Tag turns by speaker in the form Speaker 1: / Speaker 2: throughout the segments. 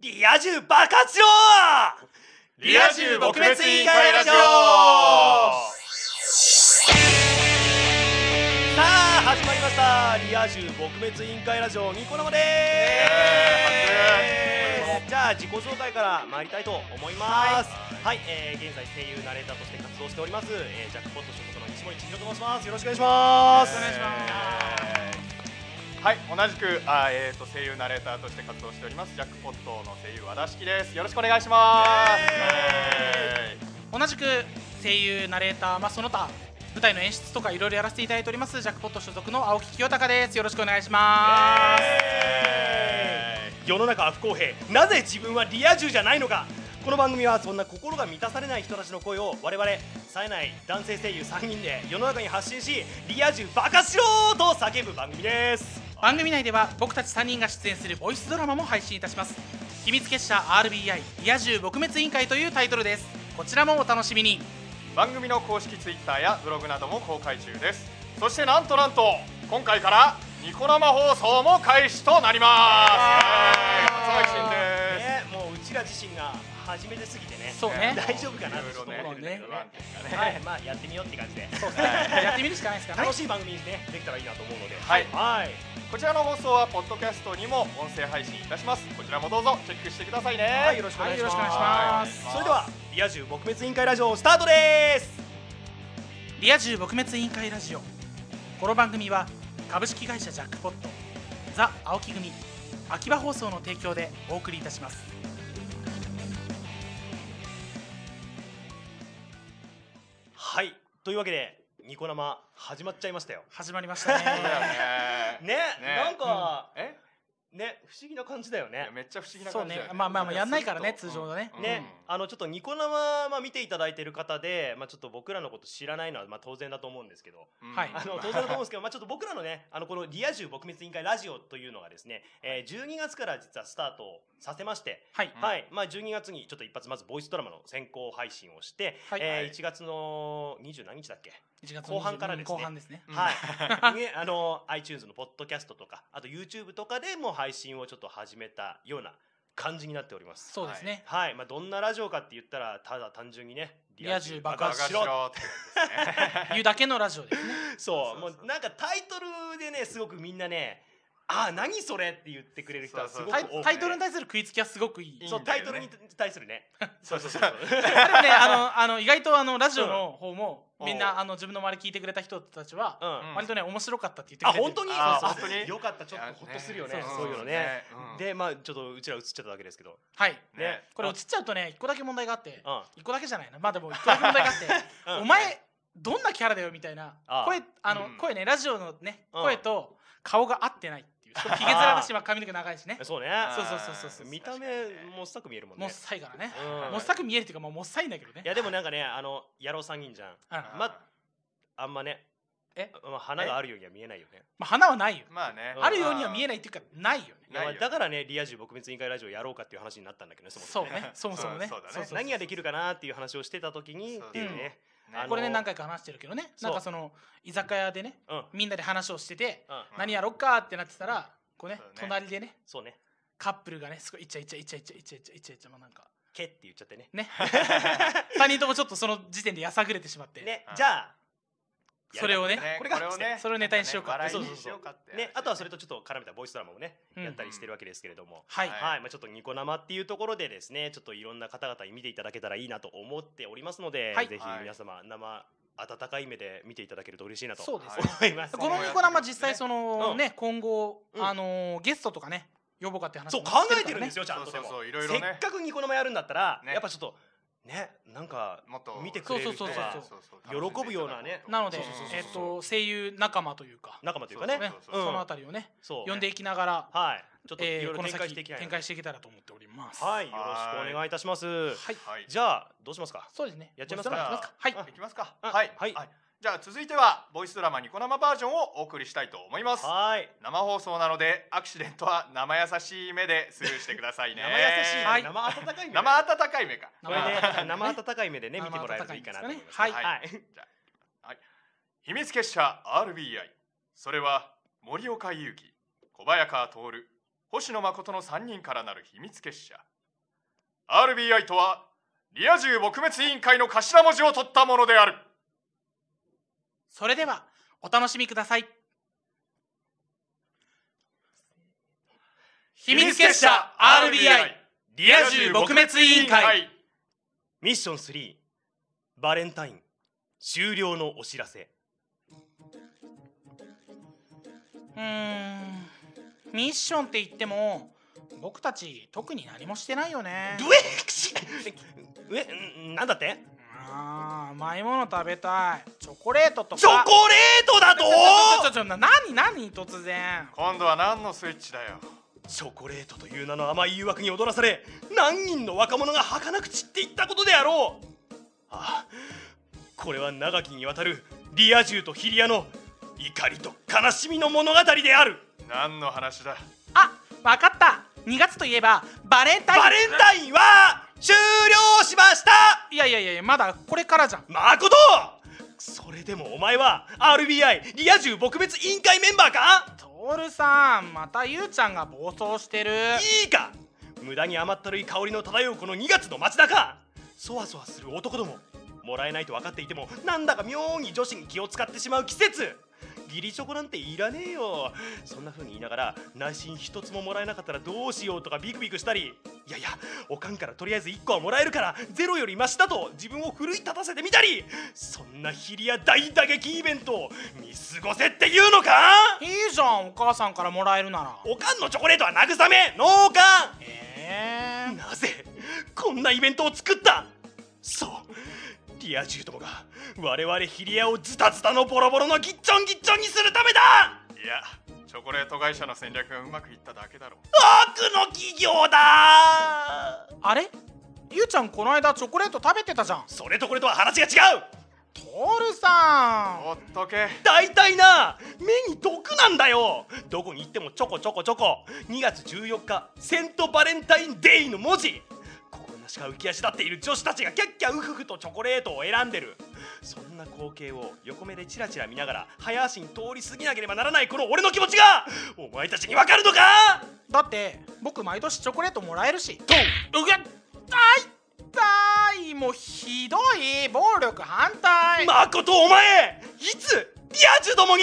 Speaker 1: リア充爆発しろ
Speaker 2: リア充撲滅委員会ラジオ
Speaker 1: さあ始まりましたリア充撲滅委員会ラジオニコ生で
Speaker 2: イエ
Speaker 1: すじゃあ自己紹介から参りたいと思いますはい、えー現在声優ナレーターとして活動しております、えージャックポット所属の西森千尋と申しますよろしくお願いします
Speaker 2: よろしくお願いしはい、同じくあーえーと声優ナレーターとして活動しておりますジャックポットの声優和田式です。よろしくお願いします。
Speaker 1: イ
Speaker 2: イエーイ
Speaker 3: 同じく声優ナレーター、まあ、その他舞台の演出とかいろいろやらせていただいておりますジャックポット所属の青木清隆ですよろしくお願いします、
Speaker 1: 世の中は不公平なぜ自分はリア充じゃないのかこの番組はそんな心が満たされない人たちの声を我々冴えない男性声優3人で世の中に発信しリア充バカしろーと叫ぶ番組です
Speaker 3: 番組内では僕たち3人が出演するボイスドラマも配信いたします秘密結社 RBI リア充撲滅委員会というタイトルですこちらもお楽しみに
Speaker 2: 番組の公式ツイッターやブログなども公開中です。そしてなんとなんと今回からニコ生放送も開始となります。はい、初配信です。
Speaker 1: ね、もううちら自身が初めてすぎてね
Speaker 3: そうね
Speaker 1: 大丈夫かな
Speaker 2: ろ
Speaker 3: ところね
Speaker 2: 不安定ですからね
Speaker 1: はいまあやってみようって感じで
Speaker 3: やってみるしかないですからね
Speaker 1: 楽しい番組にねできたらいいなと思うのでは
Speaker 2: はい
Speaker 1: はい
Speaker 2: こちらの放送はポッドキャストにも音声配信いたします。こちらもどうぞチェックしてくださいね。
Speaker 1: はい、よろしくお願いします。
Speaker 3: はいよろしくお願いします
Speaker 1: それでは、リア充撲滅委員会ラジオスタートです。
Speaker 3: リア充撲滅委員会ラジオこの番組は株式会社ジャックポットザ・青木組秋葉放送の提供でお送りいたします
Speaker 1: はい、というわけで、ニコ生始まっちゃいましたよ。
Speaker 3: 始まりまし たね
Speaker 2: そうだよね。
Speaker 1: ね、なんか、
Speaker 2: え
Speaker 1: ね、不思議な感じだよ
Speaker 2: い
Speaker 1: ね
Speaker 2: や。めっちゃ不思議な
Speaker 3: そう
Speaker 2: 感じ
Speaker 3: ね
Speaker 2: だよね。
Speaker 3: まあまあまあやんないからね通常のね
Speaker 2: うん
Speaker 1: ね、あのちょっとニコ生、まあ、見ていただいてる方で、まあ、ちょっと僕らのこと知らないのは、まあ、当然だと思うんですけど、
Speaker 2: うん
Speaker 3: はい
Speaker 1: あの当然だと思うんですけど、まあ、ちょっと僕らのね、あのこのリア充撲滅委員会ラジオというのがですね、えー、12月から実はスタートさせまして、
Speaker 3: はい
Speaker 2: うん
Speaker 1: はい、まあ12月にちょっと一発まずボイスドラマの先行配信をして、
Speaker 3: はい
Speaker 1: え
Speaker 2: は
Speaker 1: ー、
Speaker 2: い
Speaker 1: 1月の20何日だっけ、
Speaker 3: 1月の
Speaker 1: 後半からですね
Speaker 3: 後半ですね
Speaker 2: うん
Speaker 1: はい、ね、あの iTunes のポッドキャストとかあと YouTube とかでもう配信をちょっと始めたような感じになっております。
Speaker 3: そうですね、
Speaker 1: はい、まあどんなラジオかって言ったらただ単純にね
Speaker 3: リア充爆
Speaker 2: 爆
Speaker 3: 発
Speaker 2: 発しろって感じですね。
Speaker 3: 言うだけのラジオですね
Speaker 1: そう
Speaker 2: そうそうそう
Speaker 1: もうなんかタイトルでねすごくみんなねああ何それって言ってくれる人はすごく多
Speaker 3: タ
Speaker 1: く
Speaker 3: イ
Speaker 1: て
Speaker 3: タイトルに対する食いつきはすごくいい
Speaker 2: い
Speaker 1: そうタイトルに対するねそうそうそう
Speaker 3: でもねあのあの意外とあのラジオの方もみんなあの自分の周り聞いてくれた人たちは
Speaker 1: うん
Speaker 2: ん
Speaker 3: 割とね面白かったって言ってく
Speaker 1: あ
Speaker 3: れてる
Speaker 1: 本当に
Speaker 2: あ
Speaker 1: そう
Speaker 2: 本
Speaker 1: そう
Speaker 2: 当に
Speaker 1: よかったちょっとほっとするよね
Speaker 3: ね
Speaker 1: そういうのね。でまあちょっとうちら映っちゃっただけですけど、
Speaker 3: はい
Speaker 2: うんね
Speaker 3: これ映っちゃうとね1個だけ問題があって
Speaker 1: うん
Speaker 3: 1個だけじゃないなまあでも1個だけ問題があって
Speaker 1: うん
Speaker 3: お前どんなキャラだよみたいな
Speaker 1: ああ
Speaker 3: 声あの、
Speaker 2: うん
Speaker 3: 声ねラジオのね
Speaker 1: うん
Speaker 3: 声と顔が合ってないっていうしかもひげ面だしまあ髪の毛長いしね
Speaker 1: そうね
Speaker 3: そうそうそうそうそう
Speaker 1: 見た目もっさく見えるもんね
Speaker 3: もっさいからね
Speaker 1: うん
Speaker 3: もっさく見えるっていうかまあもっさいんだけどね
Speaker 1: いやでもなんかねあの野郎三人じゃん
Speaker 3: うん
Speaker 2: う
Speaker 3: ま
Speaker 2: ん
Speaker 1: まあんまね
Speaker 3: え
Speaker 1: まあ、花があるようには見えないよね
Speaker 3: あ花はないよ
Speaker 2: まあね
Speaker 1: うん
Speaker 3: あるようには見えないっていうかないよね
Speaker 1: いやまあ
Speaker 2: ないよ
Speaker 1: だからねリア充撲滅委員会ラジオやろうかっていう話になったんだけどねそもそ
Speaker 3: そう
Speaker 1: もね
Speaker 3: ねそもそもね
Speaker 2: そうだね
Speaker 3: そうそうそう
Speaker 1: 何ができるかなっていう話をしてた時に
Speaker 2: そう
Speaker 1: っていうねあの
Speaker 3: これね何回か話してるけどね
Speaker 1: そう
Speaker 3: なんかその居酒屋でね
Speaker 1: うんうん
Speaker 3: みんなで話をしてて
Speaker 2: うん
Speaker 3: 何やろっかってなってたらこうね
Speaker 2: そうね
Speaker 3: 隣でね
Speaker 1: そうね
Speaker 3: カップルがねすごいイチャイチャイチャイチャイチャイチャイチャイチャまあなんか
Speaker 1: けって言っちゃってね
Speaker 3: ね3人ともちょっとその時点でやさぐれてしまって
Speaker 1: ね
Speaker 2: うん
Speaker 1: じゃあ
Speaker 3: それをね
Speaker 1: これが
Speaker 3: それをネタにしようか
Speaker 2: 笑い
Speaker 1: そうそう
Speaker 2: にし
Speaker 1: そ
Speaker 2: よう
Speaker 1: う
Speaker 2: かって
Speaker 1: ねあとはそれとちょっと絡めたボイスドラマもね
Speaker 3: うん
Speaker 1: やったりしてるわけですけれども
Speaker 3: はい
Speaker 2: はい
Speaker 1: はい、まあ、ちょっとニコ生っていうところでですねちょっといろんな方々に見ていただけたらいいなと思っておりますので、
Speaker 3: はい
Speaker 1: ぜひ皆様、生温かい目で見ていただけると嬉しいなと
Speaker 3: そう
Speaker 1: 思
Speaker 3: ですね
Speaker 1: います。
Speaker 3: このニコ生実際その
Speaker 1: うん
Speaker 3: ね今後
Speaker 1: うん
Speaker 3: あのーゲストとかね呼ぼうかって話
Speaker 1: そう
Speaker 3: も
Speaker 1: 考えてるんです
Speaker 3: よ
Speaker 1: よちゃんとでも
Speaker 2: そうそうそういろいろね
Speaker 1: せっかくニコ生やるんだったら、
Speaker 2: ね
Speaker 1: やっぱちょっとねなんか
Speaker 2: もっと
Speaker 1: 見てくれる人
Speaker 3: そうそう
Speaker 1: が
Speaker 3: そう
Speaker 1: 喜ぶようなね
Speaker 3: なので
Speaker 1: そうそうそうそう
Speaker 3: えっと声優仲間というか
Speaker 1: 仲間というかね
Speaker 3: ね
Speaker 1: うん
Speaker 3: そのあたりをね
Speaker 1: そう
Speaker 3: 呼んでいきながら
Speaker 1: はいちょっとい
Speaker 3: え
Speaker 1: ろ
Speaker 3: ー
Speaker 1: いろ
Speaker 3: この
Speaker 1: 展開
Speaker 3: 先
Speaker 1: していきたい
Speaker 3: 展
Speaker 1: なと
Speaker 3: 開していけたらと思っております
Speaker 1: はいいよろしくお願いいたします
Speaker 3: はい
Speaker 2: はい
Speaker 1: じゃあどうしますか
Speaker 3: そうですね
Speaker 1: やっちゃいますか
Speaker 2: じゃあ
Speaker 3: 行きますかはい
Speaker 2: いきますか
Speaker 1: あ
Speaker 2: はい
Speaker 1: はい
Speaker 2: じゃあ続いてはボイスドラマニコ生バージョンをお送りしたいと思います
Speaker 1: はい
Speaker 2: 生放送なのでアクシデントは生優しい目でスルーしてくださいね
Speaker 1: 生優しいね、
Speaker 3: はい
Speaker 1: 生温かい目
Speaker 2: 生温かい目か
Speaker 1: これね
Speaker 3: 温かい
Speaker 1: 生温かい目でね見てもらえるといいかなと思います
Speaker 3: 生温かいんですかね
Speaker 2: は
Speaker 1: は
Speaker 2: い
Speaker 1: い
Speaker 2: 秘密結社 RBI それは森岡祐樹小早川徹星野誠の3人からなる秘密結社 RBI とはリア充撲滅委員会の頭文字を取ったものである
Speaker 3: それではお楽しみください秘密結社 RBI リア充撲滅委員会
Speaker 1: ミッション3バレンタイン終了のお知らせ
Speaker 3: うーんミッションって言っても僕たち特に何もしてないよね
Speaker 1: えくしえんなんだって
Speaker 3: あー甘いもの食べたいチョコレートとか
Speaker 1: チョコレートだと
Speaker 3: ちょちょちょちょな何何突然
Speaker 2: 今度は何のスイッチだよ
Speaker 1: チョコレートという名の甘い誘惑に踊らされ何人の若者が儚く散っていったことであろうああこれは長きにわたるリア充とヒリアの怒りと悲しみの物語である
Speaker 2: 何の話だ
Speaker 3: あわかった2月といえばバレンタイン
Speaker 1: バレンタインは終了しました
Speaker 3: いやいやいやまだこれからじゃん
Speaker 1: 誠それでもお前は RBI リア充撲滅委員会メンバーか
Speaker 3: トールさんまたゆうちゃんが暴走してる
Speaker 1: いいか無駄に甘ったるい香りの漂うこの2月の街中そわそわする男どももらえないと分かっていてもなんだか妙に女子に気を使ってしまう季節義理チョコなんていらねえよそんな風に言いながら内心一つももらえなかったらどうしようとかビクビクしたりいやいやおかんからとりあえず1個はもらえるからゼロよりマシだと自分を奮い立たせてみたりそんなヒリア大打撃イベントを見過ごせっていうのか
Speaker 3: いいじゃんお母さんからもらえるなら
Speaker 1: おかんのチョコレートは慰め農家
Speaker 3: えー、
Speaker 1: なぜこんなイベントを作ったそうリア充どもが我々ヒリアをズタズタのボロボロのギッチョンギッチョンにするためだ
Speaker 2: いやチョコレート会社の戦略がうまくいっただけだろ
Speaker 1: 悪の企業だ
Speaker 3: あれゆうちゃんこの間チョコレート食べてたじゃん
Speaker 1: それとこれとは話が違う
Speaker 3: トールさん
Speaker 2: ほっとけ
Speaker 1: 大体な目に毒なんだよどこに行ってもちょこちょこちょこ2月14日セントバレンタインデイの文字心なしか浮き足立っている女子たちがキャッキャウフフとチョコレートを選んでるそんな光景を横目でチラチラ見ながら早足に通り過ぎなければならないこの俺の気持ちがお前たちにわかるのか
Speaker 3: だって僕毎年チョコレートもらえるし
Speaker 1: と
Speaker 3: うげっあいたいもうひどい暴力反対、
Speaker 1: まことお前いつリア充どもに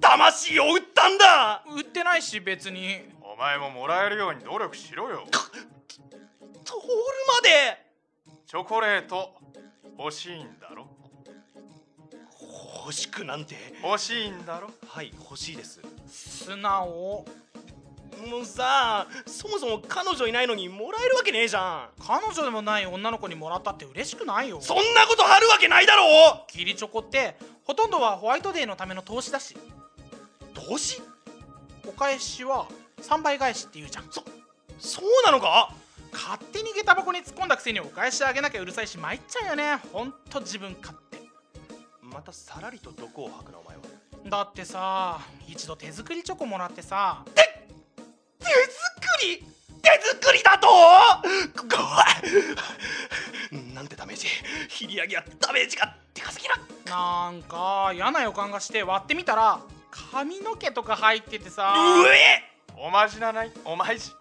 Speaker 1: 魂を売ったんだ
Speaker 3: 売ってないし別に
Speaker 2: お前ももらえるように努力しろよ
Speaker 1: 通るまで
Speaker 2: チョコレート欲しいんだろ
Speaker 1: 欲しくなんて
Speaker 2: 欲しいんだろ
Speaker 1: はい欲しいです
Speaker 3: 素直
Speaker 1: もうさそもそも彼女いないのにもらえるわけねえじゃん
Speaker 3: 彼女でもない女の子にもらったって嬉しくないよ
Speaker 1: そんなことあるわけないだろ
Speaker 3: 義理チョコってほとんどはホワイトデーのための投資だし
Speaker 1: 投資
Speaker 3: お返しは3倍返しって言うじゃん
Speaker 1: そそうなのか
Speaker 3: 勝手に下駄箱に突っ込んだくせにお返しあげなきゃうるさいし参っちゃうよねほんと自分勝手
Speaker 1: またさらりと毒を吐くなお前は
Speaker 3: だってさ一度手作りチョコもらってさ
Speaker 1: 手作り手作りだと怖いなんてダメージ切り上げはダメージがでかすぎる
Speaker 3: なんか嫌な予感がして割ってみたら髪の毛とか入っててさ
Speaker 1: うえ
Speaker 2: おまじないおまじ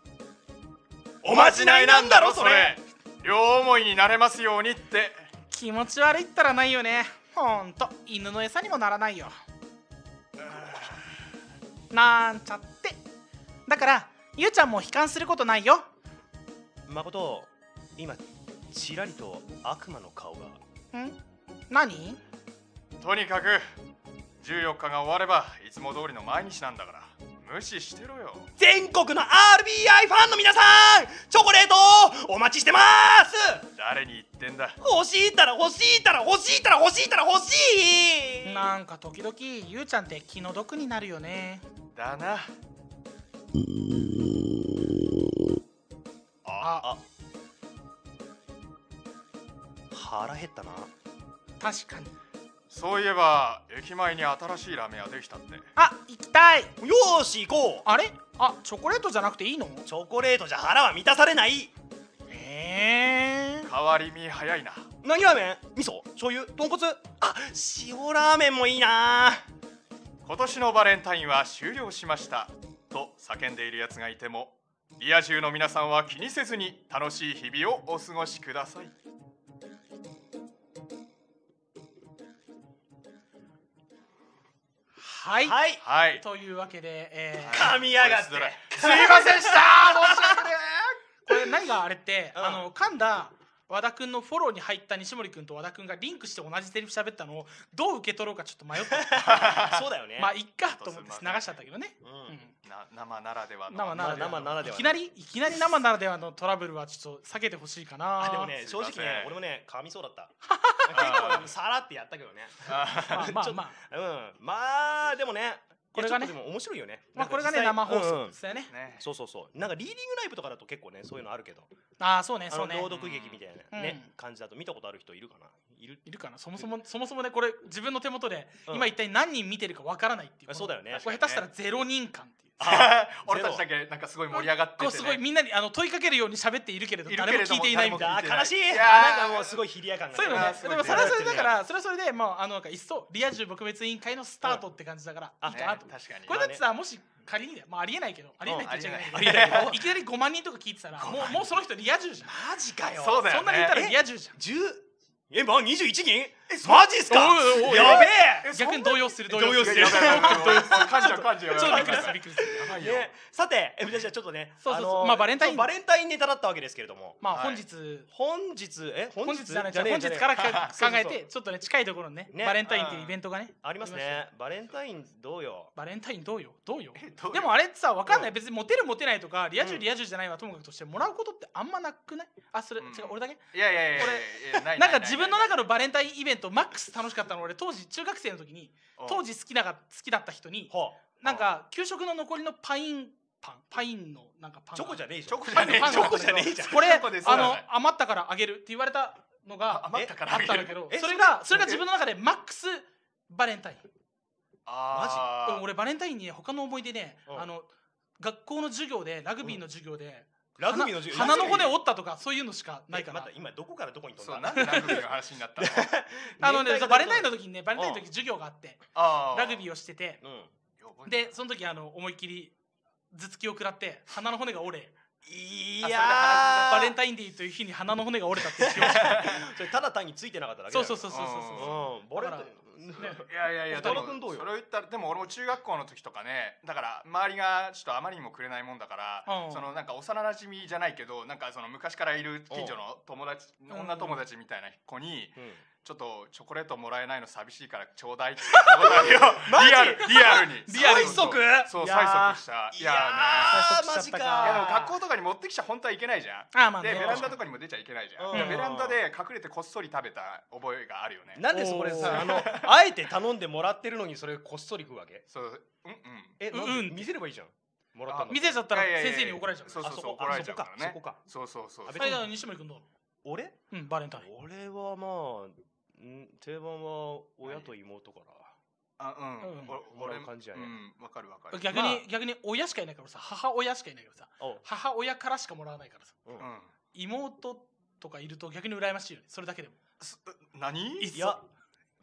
Speaker 1: おまじないなんだろそれ
Speaker 2: 両思いになれますようにって
Speaker 3: 気持ち悪いったらないよねほんと犬の餌にもならないよなんちゃってだからゆうちゃんも悲観することないよ
Speaker 1: 誠今ちらりと悪魔の顔が
Speaker 3: ん何
Speaker 2: とにかく14日が終わればいつも通りの毎日なんだから無視してろよ
Speaker 1: 全国の RBI ファンの皆さんチョコレートお待ちしてます
Speaker 2: 誰に言ってんだ
Speaker 1: 欲しいったら欲しいったら欲しいったら欲しいったら欲しい
Speaker 3: なんか時々ゆうちゃんって気の毒になるよね
Speaker 2: だな
Speaker 1: あ腹減ったな
Speaker 3: 確かに
Speaker 2: そういえば駅前に新しいラーメン屋できたって
Speaker 3: あ行きたい
Speaker 1: よーし行こ
Speaker 3: あれあチョコレートじゃなくていいの
Speaker 1: うチョコレートじゃ腹は満たされない
Speaker 3: へえ
Speaker 2: 変わり身早いな
Speaker 1: 何ラーメン味噌醤油豚骨あ塩ラーメンもいいな
Speaker 2: 今年のバレンタインは終了しましたと叫んでいるやつがいてもリア充の皆さんは気にせずに楽しい日々をお過ごしください
Speaker 3: はい、
Speaker 1: はい
Speaker 2: はい
Speaker 3: というわけで、えー
Speaker 1: 噛みやがって
Speaker 2: すいませんでした申し訳ね
Speaker 3: これ何があれって、
Speaker 2: うん
Speaker 3: あの噛んだ和田君のフォローに入った西森君と和田君がリンクして同じセリフ喋ったのをどう受け取ろうかちょっと迷った
Speaker 1: そうだよね、
Speaker 3: まあいっかと思って
Speaker 2: ちょっとすんま
Speaker 3: 流
Speaker 2: せん
Speaker 3: しちゃったけどね、
Speaker 1: う
Speaker 3: うん
Speaker 1: ん、
Speaker 2: えな生ならではの
Speaker 3: 生ならでは
Speaker 1: 生ならで
Speaker 3: い
Speaker 1: は
Speaker 3: きなりいきなり生ならではのトラブルはちょっと避けてほしいかな
Speaker 1: あでもね
Speaker 2: すい
Speaker 1: 正
Speaker 2: ま
Speaker 1: 直
Speaker 2: せん
Speaker 1: ね俺もね噛みそうだった
Speaker 2: あ
Speaker 1: 結
Speaker 2: ー
Speaker 1: 構さらってやったけどね
Speaker 2: あ
Speaker 3: まあま
Speaker 1: ち
Speaker 3: あ
Speaker 1: ょっ
Speaker 3: まあ
Speaker 1: うんまあでもね
Speaker 3: これがね
Speaker 1: いやちょっとでも面白いよね
Speaker 3: ま
Speaker 1: な
Speaker 3: あ
Speaker 1: ん
Speaker 3: こ
Speaker 1: か
Speaker 3: れが
Speaker 1: 実
Speaker 3: ね
Speaker 1: 際
Speaker 3: 生放
Speaker 1: うん
Speaker 3: 送
Speaker 1: うん
Speaker 3: ですよね、
Speaker 2: ね
Speaker 1: そうそうそうなんかリーディングライブとかだと結構ねそういうのあるけど
Speaker 3: ああそうね
Speaker 1: あ
Speaker 3: そ
Speaker 1: の
Speaker 3: うね
Speaker 1: 朗読劇みたいなね、
Speaker 3: うん
Speaker 1: 感じだと見たことある人いるかないる
Speaker 3: いるかなそもそもそもそもねこれ自分の手元で
Speaker 1: うん
Speaker 3: 今一体何人見てるかわからないっていう
Speaker 1: あそうだよね
Speaker 3: これ下手したらゼロ人感っていう
Speaker 1: あ
Speaker 2: 俺たちだけなんかすごい盛り上がってて、
Speaker 3: こ
Speaker 2: ね、
Speaker 3: うすごいみんなにあの問いかけるように喋っているけれど
Speaker 2: いるけ
Speaker 3: 誰
Speaker 2: れ
Speaker 3: も
Speaker 2: ども
Speaker 3: 聞いていないみたいな
Speaker 1: あ
Speaker 2: 聞いてない
Speaker 1: 悲しい
Speaker 2: いやー
Speaker 1: あなんかもうすごいヒリア感が
Speaker 3: そういうの
Speaker 2: あ
Speaker 3: ね
Speaker 2: ー、す
Speaker 3: で
Speaker 2: ごい
Speaker 3: もそれはそれだか
Speaker 1: ね
Speaker 3: ら、それはそれで、もう、あの、なんか、いっそ、リア充撲滅委員会のスタートって感じだから、
Speaker 1: うん
Speaker 3: いい
Speaker 2: ね
Speaker 3: かなと
Speaker 2: 確。かに
Speaker 3: これだってさ、もし仮にだよ、まあ、ありえないけど、ありえないって言っちゃいけない
Speaker 2: うんありえない
Speaker 3: けど、いきなり5万人とか聞いてたら、もう、もうその人リア充じゃん。
Speaker 1: マジかよ
Speaker 2: そうだよね
Speaker 3: そんなにいたらリア充じゃん。
Speaker 1: 10えまあ21人マジっすか
Speaker 3: おいおいおい
Speaker 1: やべえ
Speaker 3: 逆に動揺する、動
Speaker 1: 動
Speaker 3: 揺
Speaker 1: 揺
Speaker 3: す
Speaker 1: す
Speaker 3: る。
Speaker 1: る
Speaker 3: ち
Speaker 2: や
Speaker 3: ょ
Speaker 2: ばいやばいやばい やばい感じや感じや
Speaker 3: っとびっくり
Speaker 2: や
Speaker 3: する、びっくりする。
Speaker 2: ばいよ
Speaker 1: ね、さて、えじゃあちょっとね、
Speaker 3: そうそうそ
Speaker 1: あ
Speaker 3: う
Speaker 1: のー
Speaker 3: まあバレンタイン
Speaker 1: そうバレンタインネタだったわけですけれども、
Speaker 3: まあ、
Speaker 2: はい
Speaker 3: 本日、
Speaker 1: 本日え本
Speaker 3: 本
Speaker 1: 日
Speaker 3: 日じゃない、
Speaker 1: ねえ
Speaker 3: 本日から
Speaker 1: じゃねえ
Speaker 3: か考えて、ちょっとね、近いところにね、
Speaker 1: ね
Speaker 3: バレンタインっていうイベントがね、
Speaker 1: ありますね。バレンタインどうよ。
Speaker 3: バレンタインどうよどうよ
Speaker 2: どうよ
Speaker 3: でもあれってさ分かんない、
Speaker 1: うん
Speaker 3: 別にモテるモテないとかリア充、
Speaker 1: うん
Speaker 3: リア充じゃないはともかくとしてもらうことってあんまなくないあそれ、
Speaker 2: うん
Speaker 3: 違う俺だけ
Speaker 2: いやいやいや
Speaker 3: こ
Speaker 2: いやいやい
Speaker 3: なんか自分の中
Speaker 2: の
Speaker 3: のバレンタインイベントマックス楽しかったの俺当時中学生の時に当時好きなが好きだった人に
Speaker 1: ほ
Speaker 3: なんか給食の残りのパインパンパインのなんかパン
Speaker 1: うチョコじゃねえじ
Speaker 2: チ
Speaker 1: ゃ
Speaker 2: ョ
Speaker 1: ん。
Speaker 2: コじゃね
Speaker 3: パ
Speaker 2: え
Speaker 3: ン
Speaker 2: チ
Speaker 3: が
Speaker 2: ョコじゃねえじゃん
Speaker 3: これ
Speaker 2: チョコですよ
Speaker 3: あの余ったからあげるって言われたの
Speaker 2: あ
Speaker 3: が
Speaker 2: 余ったから
Speaker 3: あ
Speaker 2: あ
Speaker 3: っ
Speaker 2: げ
Speaker 3: たんだ
Speaker 2: る
Speaker 3: けど
Speaker 1: え
Speaker 3: それがそ
Speaker 1: そ
Speaker 3: れ
Speaker 1: れ
Speaker 3: が自分の中でマックスバレンタイン
Speaker 2: あー
Speaker 3: うん俺バレンタインにね他の思い出ね、
Speaker 1: うん
Speaker 3: あの学校の授業でラグビーの授業で、
Speaker 1: ラグビーの授業
Speaker 3: 鼻鼻の
Speaker 1: ラグビ
Speaker 3: 骨
Speaker 1: ー
Speaker 3: 折ったとかそういうのしかないか
Speaker 1: え
Speaker 3: ら
Speaker 1: また今どこからどこに飛ん
Speaker 2: そう
Speaker 1: だ。
Speaker 2: なんでラグビーの話になったの
Speaker 3: あのね
Speaker 1: 年代が
Speaker 3: バレンタインの時にねバレンタインの
Speaker 1: う
Speaker 3: 時授業があって
Speaker 2: あ
Speaker 3: ラグビ
Speaker 2: ー
Speaker 3: ーをしてて
Speaker 1: うん。
Speaker 3: でその時あの思いっきり頭突きを食らって鼻の骨が折れ
Speaker 1: い
Speaker 2: やー
Speaker 1: や
Speaker 3: バレンタインデーという日に鼻の骨が折れたっていう記憶しかない
Speaker 1: それただ単についてなかっただけだ
Speaker 3: そう
Speaker 1: よ。。
Speaker 3: そうそうそうそうそう
Speaker 1: うん。バレンタイン。
Speaker 3: う、ね、
Speaker 2: いやいやいや
Speaker 1: お二人
Speaker 2: でも
Speaker 1: 君どうよ
Speaker 2: それを言ったらでも俺も中学校の時とかねだから周りがちょっとあまりにもくれないもんだから、
Speaker 3: うん
Speaker 2: そのなんか幼馴染みじゃないけどなんかその昔からいる近所の友達、
Speaker 3: ん
Speaker 2: 女友達みたいな子に、
Speaker 1: うん
Speaker 2: ちょっとチョコレートもらえないの寂しいからちょうだいって言ったことあるよリアルリアルに
Speaker 3: リアルに
Speaker 2: そうそうそう
Speaker 1: いやー
Speaker 2: 催促したい
Speaker 1: い
Speaker 2: や
Speaker 1: や
Speaker 2: ーね
Speaker 1: ー
Speaker 3: 最
Speaker 1: マ
Speaker 3: 速し
Speaker 1: ジ
Speaker 3: ちゃ
Speaker 1: か。
Speaker 3: ったか
Speaker 2: いやでも学校とかに持ってきちゃ本当はいけないじゃん
Speaker 3: ああまあね
Speaker 2: でベランダとかにも出ちゃいけないじゃん、
Speaker 1: うん
Speaker 2: いやベランダで隠れてこっそり食べた覚えがあるよね
Speaker 1: なんでそれ
Speaker 3: おー
Speaker 1: さあのあえて頼んでもらってるのにそれこっそり食うわけ。
Speaker 2: そううんうん
Speaker 1: え
Speaker 3: うん
Speaker 1: なん
Speaker 3: う
Speaker 1: で
Speaker 3: ん
Speaker 1: 見せればいいじゃん。もらったの。
Speaker 3: 見せちゃったら
Speaker 2: いやいやいや
Speaker 3: 先生に怒られちゃう
Speaker 2: そうそうそ
Speaker 1: あ
Speaker 2: う怒られちゃうから
Speaker 1: そ
Speaker 2: ね
Speaker 1: こか。
Speaker 2: そうそうそう
Speaker 1: あ
Speaker 2: そう
Speaker 1: 別
Speaker 3: それ
Speaker 1: に
Speaker 3: じゃあ西森君どう
Speaker 1: 俺？
Speaker 3: うんバレンタイン
Speaker 1: 俺はまあん定番は親と妹から。
Speaker 2: あうん、
Speaker 3: うん
Speaker 2: お
Speaker 1: も
Speaker 2: 俺
Speaker 1: らう感じやね
Speaker 2: うんわかるわかる
Speaker 3: 逆に、
Speaker 1: まあ
Speaker 3: 逆に親しかいないから俺さ母親しかいないけどさ
Speaker 1: おう
Speaker 3: 母親からしかもらわないからさ
Speaker 1: うん
Speaker 2: うん
Speaker 3: 妹とかいると逆に羨ましいよねそれだけでも
Speaker 2: す何
Speaker 3: いっ
Speaker 1: い
Speaker 3: そ
Speaker 1: や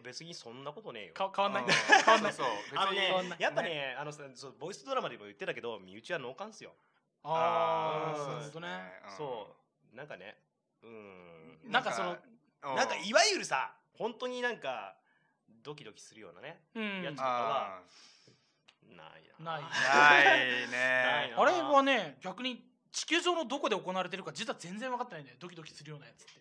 Speaker 1: 別にそんなことねえよ。
Speaker 3: か変わんない
Speaker 2: うんん
Speaker 3: だ
Speaker 2: そう
Speaker 3: 変わんない
Speaker 2: そう別に
Speaker 1: あのね
Speaker 3: 変わんない
Speaker 1: やっぱねあのさそうボイスドラマでも言ってたけど身内は脳幹っすよ。
Speaker 3: あ
Speaker 1: あー
Speaker 3: あ
Speaker 1: そうで
Speaker 3: なる
Speaker 1: す
Speaker 3: ほどね
Speaker 1: そうなんかねうー
Speaker 2: うん
Speaker 1: ん
Speaker 3: なんかその
Speaker 2: う
Speaker 1: なんかいわゆるさ本当になんかドキドキするようなね
Speaker 3: うん
Speaker 1: やつとかは
Speaker 2: あ
Speaker 1: ないな。
Speaker 3: ない
Speaker 2: ーないね
Speaker 1: ない
Speaker 3: あれはね逆に地球上のどこで行われてるか実は全然分かってないんだよドキドキするようなやつって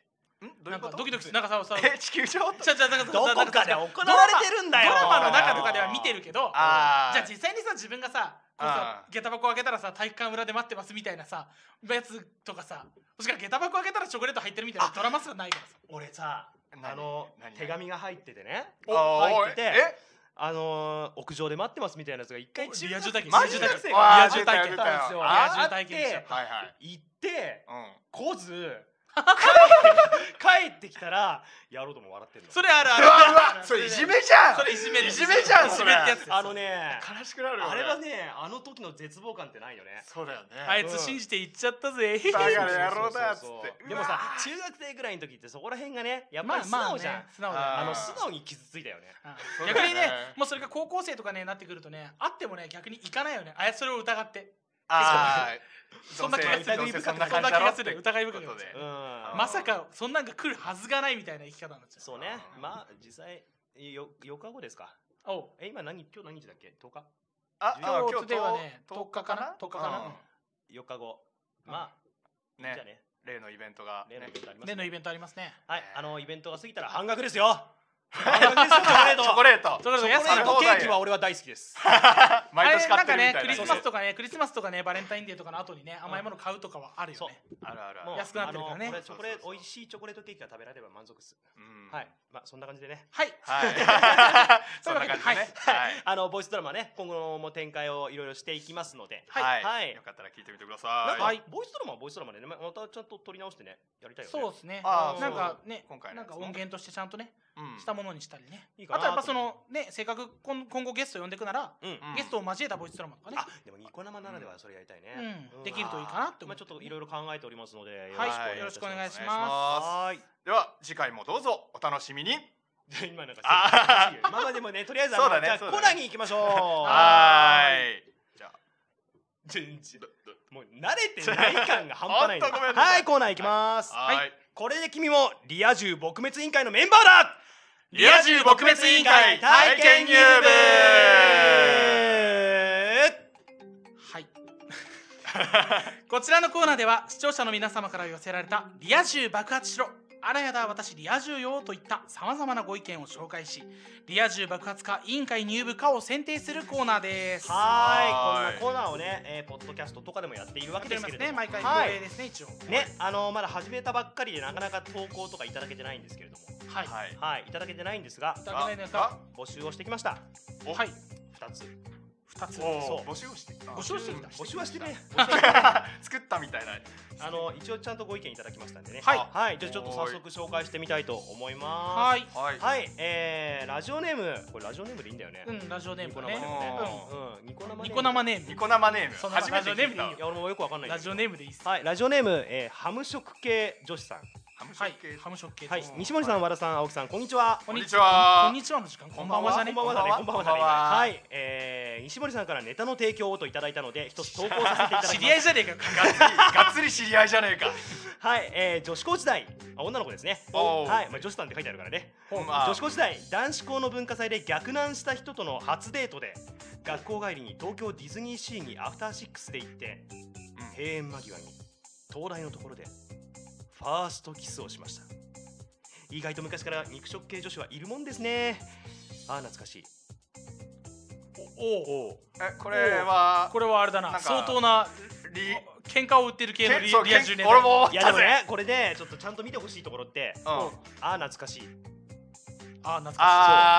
Speaker 2: んどうい
Speaker 3: な
Speaker 2: うんこ
Speaker 3: か
Speaker 2: と
Speaker 3: ドキドキするなんかささ
Speaker 2: え地球上
Speaker 3: ちゃちゃだから
Speaker 1: どこかで行われてるんだよ。
Speaker 3: ドラマの中とかでは見てるけど
Speaker 2: あー
Speaker 3: じゃあ実際にさ自分がさこうさ
Speaker 2: あー
Speaker 3: 下駄箱開けたらさ体育館裏で待ってますみたいなさやつとかさもしか下駄箱開けたらチョコレート入ってるみたいなドラマすらないからさ
Speaker 1: 俺さ
Speaker 2: 何
Speaker 1: あの
Speaker 2: 何
Speaker 1: 手紙が入っててね
Speaker 2: あー
Speaker 1: 入ってて
Speaker 2: おい
Speaker 1: あのー屋上で待ってますみたいなやつが一回中
Speaker 3: リア
Speaker 1: 学
Speaker 3: 充体験
Speaker 1: マ
Speaker 2: リ
Speaker 1: ジ
Speaker 2: ア充体
Speaker 1: 学
Speaker 2: 験
Speaker 1: 生
Speaker 2: うわ
Speaker 1: が
Speaker 2: ー
Speaker 1: リア充体験し
Speaker 2: 出
Speaker 1: た
Speaker 2: よ
Speaker 1: たんですよリ
Speaker 2: 出たよ
Speaker 1: ア充体験しちゃっ
Speaker 2: え
Speaker 1: た
Speaker 2: はいはい
Speaker 1: 行って
Speaker 2: うん
Speaker 1: 来ず帰ってきたらやろうとも笑ってるの
Speaker 3: それあるあ
Speaker 2: う
Speaker 3: る
Speaker 2: わうわそれいじめじゃん
Speaker 3: それいじめる
Speaker 2: いじめじゃんそれ
Speaker 3: いじめってやつ
Speaker 1: あのね
Speaker 2: 悲しくなるよね
Speaker 1: あれはねあの時の絶望感ってないよね
Speaker 2: そうだよね
Speaker 3: あいつ信じて行っちゃったぜ
Speaker 2: バカな野
Speaker 1: そう
Speaker 2: 郎だっつっ
Speaker 1: そうそうそう
Speaker 2: て
Speaker 1: でもさ中学生ぐらいの時ってそこら辺がねやっぱり素直じゃん、
Speaker 3: 素直だよね
Speaker 2: あ
Speaker 1: あ
Speaker 2: ー
Speaker 1: の素直に傷ついたよね
Speaker 2: そうだよね
Speaker 3: 逆にねもうそれが高校生とかねなってくるとねあってもね逆に行かないよねあやそれを疑って
Speaker 2: あー
Speaker 3: そんな気がする
Speaker 2: どうせどうせそんな
Speaker 3: そ
Speaker 2: 感
Speaker 3: んな
Speaker 2: じ
Speaker 3: 気
Speaker 2: だろ
Speaker 3: が
Speaker 2: っ
Speaker 3: す
Speaker 2: て
Speaker 3: る疑い深く
Speaker 2: こ
Speaker 3: なっ
Speaker 2: と
Speaker 3: ち
Speaker 2: で
Speaker 3: ゃう
Speaker 1: うん
Speaker 3: まさかそんなんが来るはずがないみたいな生き方になっちゃ
Speaker 1: そうねまあ実際よ4日後ですか
Speaker 3: うおう
Speaker 1: え今何今日何日だっけ10日
Speaker 2: あ
Speaker 3: 今日
Speaker 2: あ
Speaker 3: トゥデイはね
Speaker 2: と
Speaker 3: 10日かな10日かな
Speaker 1: 4日後
Speaker 2: うん
Speaker 1: まあ、
Speaker 2: ね
Speaker 1: じゃあね
Speaker 2: 例のイベントが
Speaker 1: 例のイベントあります
Speaker 3: 例のイ
Speaker 1: ね
Speaker 3: ベントありますね
Speaker 1: はいあのイベントが過ぎたら半額ですよ半額ですよチョコレート
Speaker 2: チョコレート
Speaker 3: ということで
Speaker 1: チョコレー
Speaker 3: 安
Speaker 1: ト
Speaker 2: さん
Speaker 1: ケーキは俺は大好きです
Speaker 2: 毎年買ってるみ
Speaker 3: あ
Speaker 2: たいな
Speaker 3: れなんかねクリスマスとかねクリスマスとかねバレンタインデーとかの後にね甘いもの買うとかはあるよね
Speaker 2: あるあるある
Speaker 1: もう
Speaker 3: 安くなってるからね
Speaker 1: あのこれチョコレー
Speaker 2: そうそうそう
Speaker 1: ト美味しいチョコレートケーキが食べられれば満足です
Speaker 2: うん
Speaker 1: はいまあそんな感じでね
Speaker 3: はい
Speaker 2: はいそんな感じでねはい
Speaker 1: あのボイスドラマね今後も展開をいろいろしていきますので
Speaker 3: は
Speaker 2: はい、
Speaker 1: はい
Speaker 2: よかったら聞いてみてくだ
Speaker 1: なんか
Speaker 2: さい。
Speaker 1: ボイスドラマはボイスドラマでねままたちゃんと撮り直してねやりたいよね
Speaker 3: そうですね
Speaker 2: あ
Speaker 1: ー
Speaker 3: なんかね
Speaker 2: 今回のや
Speaker 3: なん
Speaker 2: つ
Speaker 3: か
Speaker 2: ね
Speaker 3: 音源としてちゃんとね
Speaker 2: うん
Speaker 3: したものにしたりね
Speaker 1: いいか
Speaker 3: あ
Speaker 1: な
Speaker 3: とやっぱそのねせっかく今今後ゲスト呼んでくなら
Speaker 1: うん
Speaker 2: うん
Speaker 3: ゲストを交えたボイスドラマとかね
Speaker 1: あでもニコ生ならではそれやりたいね
Speaker 3: うんできるといいかなって思
Speaker 1: まあ
Speaker 3: って
Speaker 1: ちょっといろいろ考えておりますので
Speaker 3: はいよ
Speaker 1: よ
Speaker 3: ろ
Speaker 1: ろ
Speaker 3: し
Speaker 1: し
Speaker 3: く
Speaker 1: く
Speaker 3: お
Speaker 1: お
Speaker 3: 願
Speaker 1: 願
Speaker 3: い
Speaker 1: い
Speaker 3: し
Speaker 1: します
Speaker 3: ま
Speaker 1: はーい
Speaker 2: では次回もどうぞお楽しみに。
Speaker 1: で 今なんか
Speaker 2: あー
Speaker 1: まあまあでもねとりあえずあ
Speaker 2: そうだ
Speaker 1: の
Speaker 2: ね
Speaker 1: じゃあ
Speaker 2: そう
Speaker 1: コ
Speaker 2: だね
Speaker 1: ーナーに行きましょう
Speaker 2: は
Speaker 1: はーい
Speaker 2: ーい。じゃあ
Speaker 1: 全然もう慣れてない感が半端ない
Speaker 2: ほんとごめんなさい
Speaker 1: はいコーナー行きます
Speaker 2: はい
Speaker 1: はいこれで君もリア充撲滅委員会のメンバーだ
Speaker 2: リア充撲滅委員会体験入部。
Speaker 3: はい。 こちらのコーナーでは視聴者の皆様から寄せられた「リア充爆発しろ」「あらやだ私リア充よ」といったさまざまなご意見を紹介しリア充爆発か委員会入部かを選定するコーナーです。
Speaker 1: は
Speaker 2: はー
Speaker 1: ー
Speaker 2: い
Speaker 1: いこんなコーナーをね、えーポッドキャストとかでもやっているわ
Speaker 3: や
Speaker 1: け
Speaker 3: って
Speaker 1: ですけ
Speaker 3: おります
Speaker 1: れど
Speaker 3: ね
Speaker 1: も
Speaker 3: 毎回
Speaker 1: は
Speaker 3: 恒
Speaker 1: い
Speaker 3: 例ですね、一応。
Speaker 1: ね、あのまだ始めたばっかりでなかなか投稿とかいただけてないんですけれども
Speaker 3: はい。
Speaker 2: はい。
Speaker 1: はいいただけてないんですが
Speaker 3: いただけないですか
Speaker 1: 募集をしてきました
Speaker 2: お
Speaker 3: はい。
Speaker 1: 2つ
Speaker 3: 二つ。
Speaker 2: お
Speaker 1: そう
Speaker 2: ー募集をしてきた。
Speaker 3: 募集をしてきた
Speaker 2: うん
Speaker 1: 募集はして ね
Speaker 2: 作ったみたいな。
Speaker 1: あの一応ちゃんとご意見いただきましたんでね
Speaker 3: はい
Speaker 1: はい、じゃあちょっと早速紹介してみたいと思いま
Speaker 3: は
Speaker 1: す
Speaker 3: い。
Speaker 2: はい。
Speaker 1: はい、えー、ラジオネームこれラジオネームでいいんだよね、
Speaker 3: うん、ラジオネームだ
Speaker 1: ニコ
Speaker 3: ね。
Speaker 1: 生
Speaker 2: ね
Speaker 1: うん、ニコ生ネーム
Speaker 3: ニコ生ネ
Speaker 2: ニコ生ネ
Speaker 3: ー
Speaker 2: ー
Speaker 3: そん
Speaker 2: ム
Speaker 3: な
Speaker 2: 初めて
Speaker 3: ラジオネーム
Speaker 2: 聞いた
Speaker 3: でいい
Speaker 2: わ
Speaker 1: い。や俺もよくわかんな
Speaker 3: ム。
Speaker 1: い
Speaker 3: ラジオ
Speaker 1: ネ
Speaker 3: ネームでいいっす。
Speaker 1: はいラジオネーム、えー、ハム食系女子さん
Speaker 2: ハムショ
Speaker 3: は
Speaker 2: ッ
Speaker 3: い
Speaker 2: ケ。
Speaker 3: ハム食系
Speaker 1: はい
Speaker 3: です。
Speaker 1: 西森さん和田さん青木さんこんにちは
Speaker 2: こんにちは
Speaker 3: こんにちはの時間。こんばんはじゃね。
Speaker 1: こんばんはだねこ
Speaker 2: こ
Speaker 1: ん
Speaker 2: ん
Speaker 1: ば
Speaker 2: ば
Speaker 1: ん
Speaker 2: ん
Speaker 1: は
Speaker 2: は
Speaker 1: だね
Speaker 2: こんばんは
Speaker 1: はい、えー、西森さんからネタの提供をといただいたので一つ投稿させていただきます
Speaker 3: 知り合いじゃねえか。
Speaker 2: がっつりがっつり知り合いじゃねえか。
Speaker 1: はい、えー、女子校時代あ女の子ですね
Speaker 2: おー
Speaker 1: はい、まあ、女子さんって書いてあるからね
Speaker 2: まあ
Speaker 1: 女子校時代男子校の文化祭で逆ナンした人との初デートで学校帰りに東京ディズニーシーにアフターシックスで行って
Speaker 2: うん
Speaker 1: 閉園間際に灯台のところでファーストキスをしました意外と昔から肉食系女子はいるもんですねああ懐かしい
Speaker 3: おお。
Speaker 1: おお
Speaker 2: えこれは
Speaker 3: これはあれだな。
Speaker 2: なんか
Speaker 3: 相当な
Speaker 2: リ。
Speaker 3: 喧嘩を売ってる系のリ
Speaker 2: そう
Speaker 3: リア充ネタ
Speaker 2: 俺も思
Speaker 1: い
Speaker 2: っ
Speaker 1: やで
Speaker 2: た
Speaker 1: も
Speaker 2: ぜ。
Speaker 1: ねこれねちょっとちゃんと見てほしいところって
Speaker 2: うん。
Speaker 1: ああ懐かしい
Speaker 3: あー懐か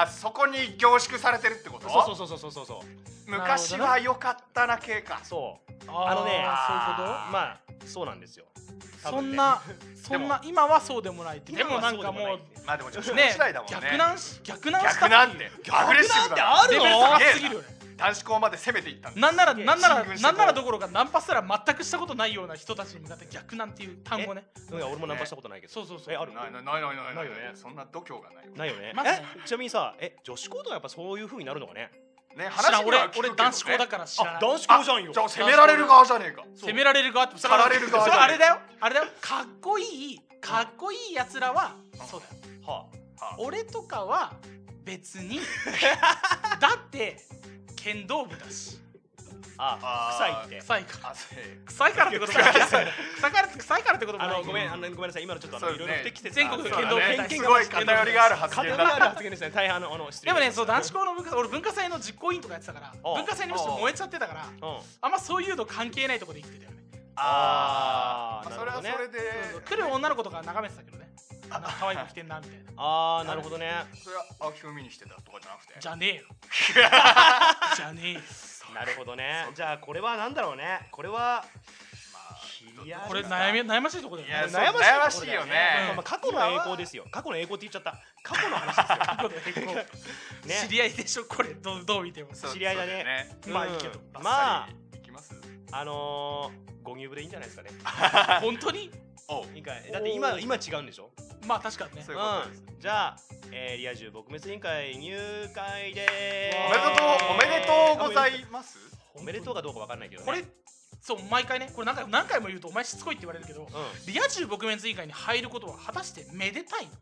Speaker 2: あーそこに凝縮されてるってこと
Speaker 1: そうそうそうそうそうそう
Speaker 2: 昔は良かったな系か
Speaker 1: そう
Speaker 3: しい
Speaker 1: あのね
Speaker 3: あ
Speaker 1: まあそうなんですよ
Speaker 3: ー
Speaker 1: 多
Speaker 3: そうい
Speaker 1: 分
Speaker 3: うことそん
Speaker 1: ね
Speaker 3: なそんな今はそうでもないってで
Speaker 1: 今
Speaker 3: も
Speaker 1: は
Speaker 3: なんか
Speaker 1: そ
Speaker 3: も
Speaker 1: うでな
Speaker 3: う
Speaker 2: まあでも女子校
Speaker 3: ね
Speaker 2: 時代だもんね
Speaker 3: 逆なんし逆なんした
Speaker 2: 逆なんてアグレッシブだな
Speaker 3: レベル高
Speaker 2: レベル
Speaker 3: す
Speaker 2: 高
Speaker 3: ぎるよね
Speaker 2: 男子校まで攻めていったんだ
Speaker 3: なんならなんなら
Speaker 2: 進軍してこ
Speaker 3: な
Speaker 2: うん
Speaker 3: ならどころかナンパすら全くしたことないような人たちに向かって逆なんていう単語ね
Speaker 1: いや俺もナンパしたことないけど
Speaker 3: そうそうそう
Speaker 1: えある
Speaker 2: ないないないないない
Speaker 1: ないよね
Speaker 2: そんな度胸がないよ
Speaker 1: ないよね。
Speaker 3: まずね
Speaker 1: えちなみにさ、え女子校とかやっぱそういう風になるのかね。
Speaker 2: ね
Speaker 3: 知ら
Speaker 2: 話
Speaker 3: ん
Speaker 2: に
Speaker 3: 俺
Speaker 2: は聞くけどね
Speaker 3: 俺男子校だから知らない
Speaker 1: 男子校じゃんよ。
Speaker 2: じゃあ攻められる側じゃねえか
Speaker 3: 責められる側って
Speaker 2: 叱られる側
Speaker 3: そ れあれだよあれだよかっこいいかっこいいやつらはそうだよ
Speaker 1: は
Speaker 3: 俺とかは別 にだって剣道部だし
Speaker 1: あ、あ
Speaker 2: あ
Speaker 1: 臭いっ
Speaker 2: ー
Speaker 1: て。
Speaker 3: 臭いから
Speaker 2: あそう
Speaker 3: 臭いからってことだ臭いからって臭いからってことも
Speaker 1: あ
Speaker 3: ない
Speaker 1: のごめんあのごめんなさい今のちょっとあの
Speaker 2: そう
Speaker 1: い
Speaker 2: で
Speaker 1: ろ
Speaker 2: す
Speaker 1: い
Speaker 2: ね
Speaker 1: ろ不適切な
Speaker 3: 全国
Speaker 2: そう
Speaker 3: 剣道
Speaker 2: だ
Speaker 3: 部
Speaker 2: ね
Speaker 3: 大会
Speaker 2: すごい偏りがある発
Speaker 1: 偏
Speaker 2: 言
Speaker 1: りがある
Speaker 2: だ
Speaker 1: 発言ですね。大変あのあの失礼
Speaker 3: でもね
Speaker 1: す
Speaker 3: そう男子校の部活俺文化祭の実行委員とかやってたから
Speaker 1: ああ
Speaker 3: 文化祭にむしろ燃えちゃってたか
Speaker 1: う
Speaker 3: ら
Speaker 1: ん。
Speaker 3: あんまそういうの関係ないところで生きてたよね
Speaker 1: あー
Speaker 2: まそれはそ
Speaker 1: なるほど
Speaker 2: れで
Speaker 3: そうそう来る女の子とか眺めてたけどねあの可愛い子来てんなみたいな
Speaker 1: あーなるほどね。
Speaker 2: それは青木君見にしてたとかじゃなくて
Speaker 3: じゃね えよじゃねえよ
Speaker 1: なるほどね。じゃあこれはなんだろうね。これは
Speaker 2: まあ
Speaker 1: いや
Speaker 3: これ悩み悩ましいとこだよ
Speaker 2: いや
Speaker 3: ね
Speaker 2: そう
Speaker 1: ところだ
Speaker 2: 悩ましいよね
Speaker 1: まあまあ過去の栄光ですよ。過去の栄光って言っちゃった。過去の話ですよ。
Speaker 3: こういうことでこ う
Speaker 1: ね
Speaker 3: 知り合いでしょこれどうどう見ても
Speaker 2: そう
Speaker 1: 知り合いだね
Speaker 2: そうよ
Speaker 3: まあいいけど
Speaker 1: うん
Speaker 2: バッ
Speaker 1: まあ
Speaker 2: サリいきます
Speaker 1: あのーご入部でいいんじゃないですかね。
Speaker 3: 本当に
Speaker 2: おう
Speaker 1: いいかいだって今
Speaker 3: おー
Speaker 1: 今違うんでしょ。
Speaker 3: まあ確かにね
Speaker 2: そういうことです
Speaker 1: うん、じゃあ、えー、リア充撲滅委員会入会で
Speaker 2: お
Speaker 1: ー
Speaker 2: めでとうおめでとうございます
Speaker 1: すおめでとうかどうかわかんないけどね
Speaker 3: これそう毎回ねこれ何回何回も言うとお前しつこいって言われるけど
Speaker 1: うんま
Speaker 3: リア充撲滅以外に入ることは果たしてめでたいの